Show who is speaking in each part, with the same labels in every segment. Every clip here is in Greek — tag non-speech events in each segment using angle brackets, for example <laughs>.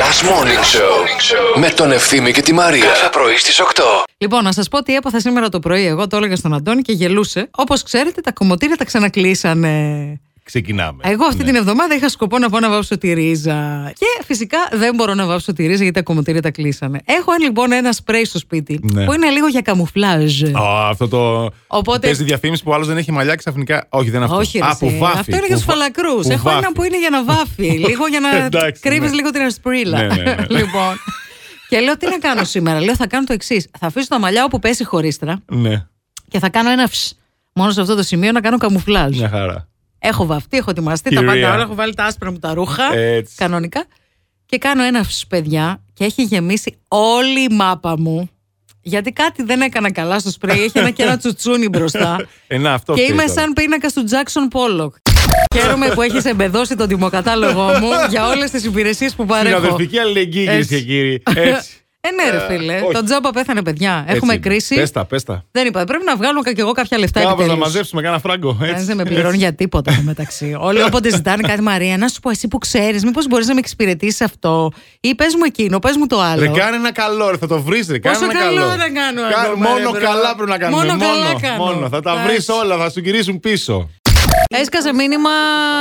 Speaker 1: Last Morning Show με τον Ευθύμη και τη Μαρία. Κάθε πρωί στις 8.
Speaker 2: Λοιπόν, να σας πω τι έπαθα σήμερα το πρωί. Εγώ το έλεγα στον Αντώνη και γελούσε. Όπως ξέρετε, τα κομμωτήρια τα ξανακλείσανε.
Speaker 3: Ξεκινάμε.
Speaker 2: Εγώ αυτή
Speaker 3: Ναι.
Speaker 2: την εβδομάδα είχα σκοπό να πάω να βάψω τη ρίζα. Και φυσικά δεν μπορώ να βάψω τη ρίζα γιατί τα κομμωτήρια τα κλείσανε. Έχω ε, λοιπόν ένα σπρέι στο σπίτι
Speaker 3: Ναι.
Speaker 2: που είναι λίγο για καμουφλάζ.
Speaker 3: Α, αυτό το.
Speaker 2: Οπότε-
Speaker 3: Παίζει διαφήμιση που άλλος δεν έχει μαλλιά ξαφνικά. Όχι, δεν είναι αυτό.
Speaker 2: Όχι, ρε,
Speaker 3: Α,
Speaker 2: εσύ.
Speaker 3: που βάφει.
Speaker 2: Αυτό είναι για
Speaker 3: Που
Speaker 2: τους
Speaker 3: βα-
Speaker 2: φαλακρούς.
Speaker 3: που
Speaker 2: Έχω
Speaker 3: βάφει.
Speaker 2: ένα που είναι για να
Speaker 3: <laughs>
Speaker 2: βάφει. λίγο για να
Speaker 3: Εντάξει,
Speaker 2: κρύβεις
Speaker 3: ναι.
Speaker 2: λίγο την ασπρίλα.
Speaker 3: Ναι, ναι, ναι.
Speaker 2: <laughs> λοιπόν. Και λέω τι να κάνω σήμερα. Λέω θα κάνω το εξής. Θα αφήσω τα μαλλιά όπου πέσει χωρίστρα
Speaker 3: Ναι,
Speaker 2: και θα κάνω ένα φσ. Μόνο σε αυτό το σημείο να κάνω καμουφλάζ.
Speaker 3: μια χαρά.
Speaker 2: Έχω βαφτεί, έχω ετοιμαστεί τα
Speaker 3: Ναι. Κυρία.
Speaker 2: πάντα όλα. Έχω βάλει τα άσπρα μου τα ρούχα.
Speaker 3: Έτσι.
Speaker 2: Κανονικά. Και κάνω ένα φσ, παιδιά, και έχει γεμίσει όλη η μάπα μου. Γιατί κάτι δεν έκανα καλά στο σπρέι. Έχει ένα και ένα
Speaker 3: <laughs>
Speaker 2: τσουτσούνι μπροστά.
Speaker 3: Ε, να, αυτό
Speaker 2: Και
Speaker 3: φταίει
Speaker 2: είμαι
Speaker 3: τώρα.
Speaker 2: σαν πίνακα του Τζάξον Πόλοκ. Χαίρομαι που έχεις εμπεδώσει τον τιμοκατάλογο μου για όλες τις υπηρεσίες που παρέχω.
Speaker 3: Συναδελφική αλληλεγγύη, κυρίες
Speaker 2: Έτσι.
Speaker 3: και
Speaker 2: <laughs>
Speaker 3: κύριοι. Έτσι.
Speaker 2: Ε, ναι, ρε φίλε.
Speaker 3: όχι.
Speaker 2: Το τζάμπα πέθανε, παιδιά. Έχουμε
Speaker 3: Έτσι.
Speaker 2: κρίση.
Speaker 3: Πέστα, πέστα.
Speaker 2: Δεν είπα. Πρέπει να βγάλω και εγώ κάποια λεφτά
Speaker 3: Κάπως να
Speaker 2: επιτέλους.
Speaker 3: μαζέψουμε κανένα φράγκο.
Speaker 2: Κανείς
Speaker 3: Έτσι.
Speaker 2: δεν με πληρώνει για τίποτα εδώ
Speaker 3: <laughs>
Speaker 2: μεταξύ. Όλοι όποτε ζητάνε κάτι, Μαρία, να σου πω εσύ που ξέρεις, μήπως μπορείς να με εξυπηρετήσεις αυτό. Ή πες μου εκείνο, πες μου το άλλο.
Speaker 3: Ε, Ρε κάνε ένα καλό, ρε, θα το βρεις. Ρε, κάνε
Speaker 2: Πόσο
Speaker 3: ένα
Speaker 2: καλό να κάνω
Speaker 3: Κα-
Speaker 2: εγώ,
Speaker 3: Μόνο
Speaker 2: Μαρία, μπρο.
Speaker 3: καλά πρέπει να κάνουμε.
Speaker 2: Μόνο καλά κάνω.
Speaker 3: μόνο. Θα τα
Speaker 2: Εντάξει.
Speaker 3: βρεις όλα, θα σου γυρίσουν πίσω.
Speaker 2: Έσκασε μήνυμα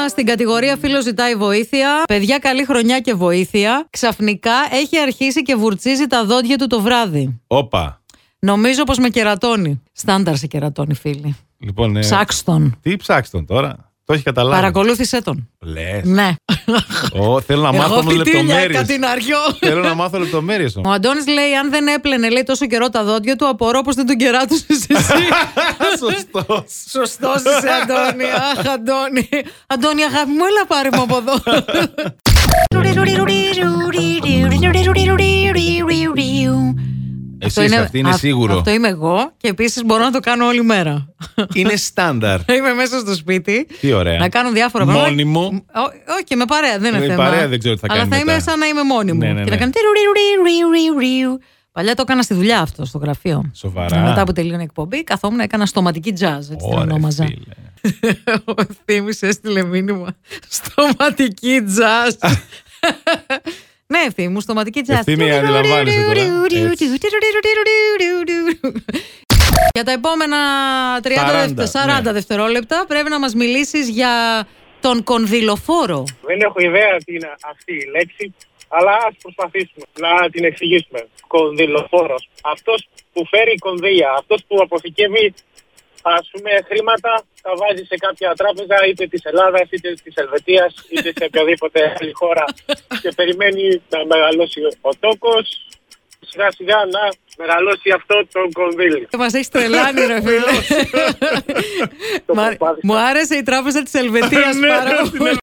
Speaker 2: στην κατηγορία Φίλος ζητάει βοήθεια. Παιδιά, καλή χρονιά και βοήθεια. Ξαφνικά έχει αρχίσει και βουρτσίζει τα δόντια του το βράδυ.
Speaker 3: Όπα.
Speaker 2: Νομίζω πως με κερατώνει. Στάνταρ σε κερατώνει, φίλοι.
Speaker 3: Λοιπόν, ε,
Speaker 2: Ψάξ' τον.
Speaker 3: τι ψάξ τον τώρα. Το έχει καταλάβει.
Speaker 2: Παρακολούθησε τον.
Speaker 3: Λες.
Speaker 2: Ναι.
Speaker 3: Θέλω να μάθω
Speaker 2: Εγώ
Speaker 3: όμως
Speaker 2: πιτήλια
Speaker 3: λεπτομέρειες.
Speaker 2: κάτι να αρχιώ.
Speaker 3: Θέλω να μάθω λεπτομέρειες όμω.
Speaker 2: Ο Αντώνης λέει: Αν δεν έπλαινε λέει, τόσο καιρό τα δόντια του, απορώ πως δεν τον κεράτωσε <laughs> εσύ.
Speaker 3: Σωστός.
Speaker 2: Σωστός είσαι, Αντώνη. Αχ, Αντώνη. Αντώνη, αγάπη μου, έλα πάρε μου από εδώ.
Speaker 3: Εσύ είσαι αυτή, είναι
Speaker 2: αυ-
Speaker 3: σίγουρο.
Speaker 2: Αυτό είμαι εγώ και επίσης μπορώ να το κάνω όλη μέρα.
Speaker 3: Είναι στάνταρ.
Speaker 2: <laughs> Είμαι μέσα στο σπίτι.
Speaker 3: Τι ωραία.
Speaker 2: Να κάνω διάφορα πράγματα.
Speaker 3: Μόνιμο.
Speaker 2: Ό, Όχι, με παρέα δεν είναι
Speaker 3: Με
Speaker 2: θέμα.
Speaker 3: παρέα δεν ξέρω τι θα
Speaker 2: Αλλά
Speaker 3: κάνει
Speaker 2: θα
Speaker 3: μετά.
Speaker 2: είμαι σαν να είμαι μόνιμο.
Speaker 3: Ναι,
Speaker 2: Και
Speaker 3: ναι, ναι.
Speaker 2: να κάνω. τυρουρυρουρυρουρυρου. Παλιά το έκανα στη δουλειά αυτό, στο γραφείο.
Speaker 3: Σοβαρά.
Speaker 2: Μετά που τελείωνε η εκπομπή, καθόμουν έκανα στοματική τζαζ. Έτσι την
Speaker 3: Ωραία,
Speaker 2: ονόμαζα.
Speaker 3: φίλε.
Speaker 2: Ο <laughs> Ευθύμης έστειλε μήνυμα. Στοματική τζαζ. <laughs> Ναι, ευθύμη μου, στοματική τζαζ.
Speaker 3: Ευθύμη, αντιλαμβάνεσαι τώρα. Έτσι.
Speaker 2: Για τα επόμενα 30
Speaker 3: 40,
Speaker 2: δευτε- 40
Speaker 3: ναι.
Speaker 2: δευτερόλεπτα πρέπει να μας μιλήσεις για τον κονδυλοφόρο.
Speaker 4: Δεν έχω ιδέα τι είναι αυτή η λέξη, αλλά ας προσπαθήσουμε να την εξηγήσουμε. Κονδυλοφόρος. Αυτός που φέρει κονδύλια, αυτός που αποθηκεύει ας πούμε χρήματα, τα βάζει σε κάποια τράπεζα είτε της Ελλάδας, είτε της Ελβετίας, είτε σε οποιαδήποτε άλλη χώρα και περιμένει να μεγαλώσει ο τόκος, σιγά σιγά να μεγαλώσει αυτό το κονδύλι.
Speaker 2: Μας έχει Ε, τρελάνει, ρε φίλε.
Speaker 4: Το
Speaker 2: Μ' αρέ-
Speaker 4: προσπάθησα.
Speaker 2: Μου άρεσε η τράπεζα της Ελβετίας
Speaker 3: <laughs> Ναι,
Speaker 2: πάρα
Speaker 3: ναι,
Speaker 2: πολύ.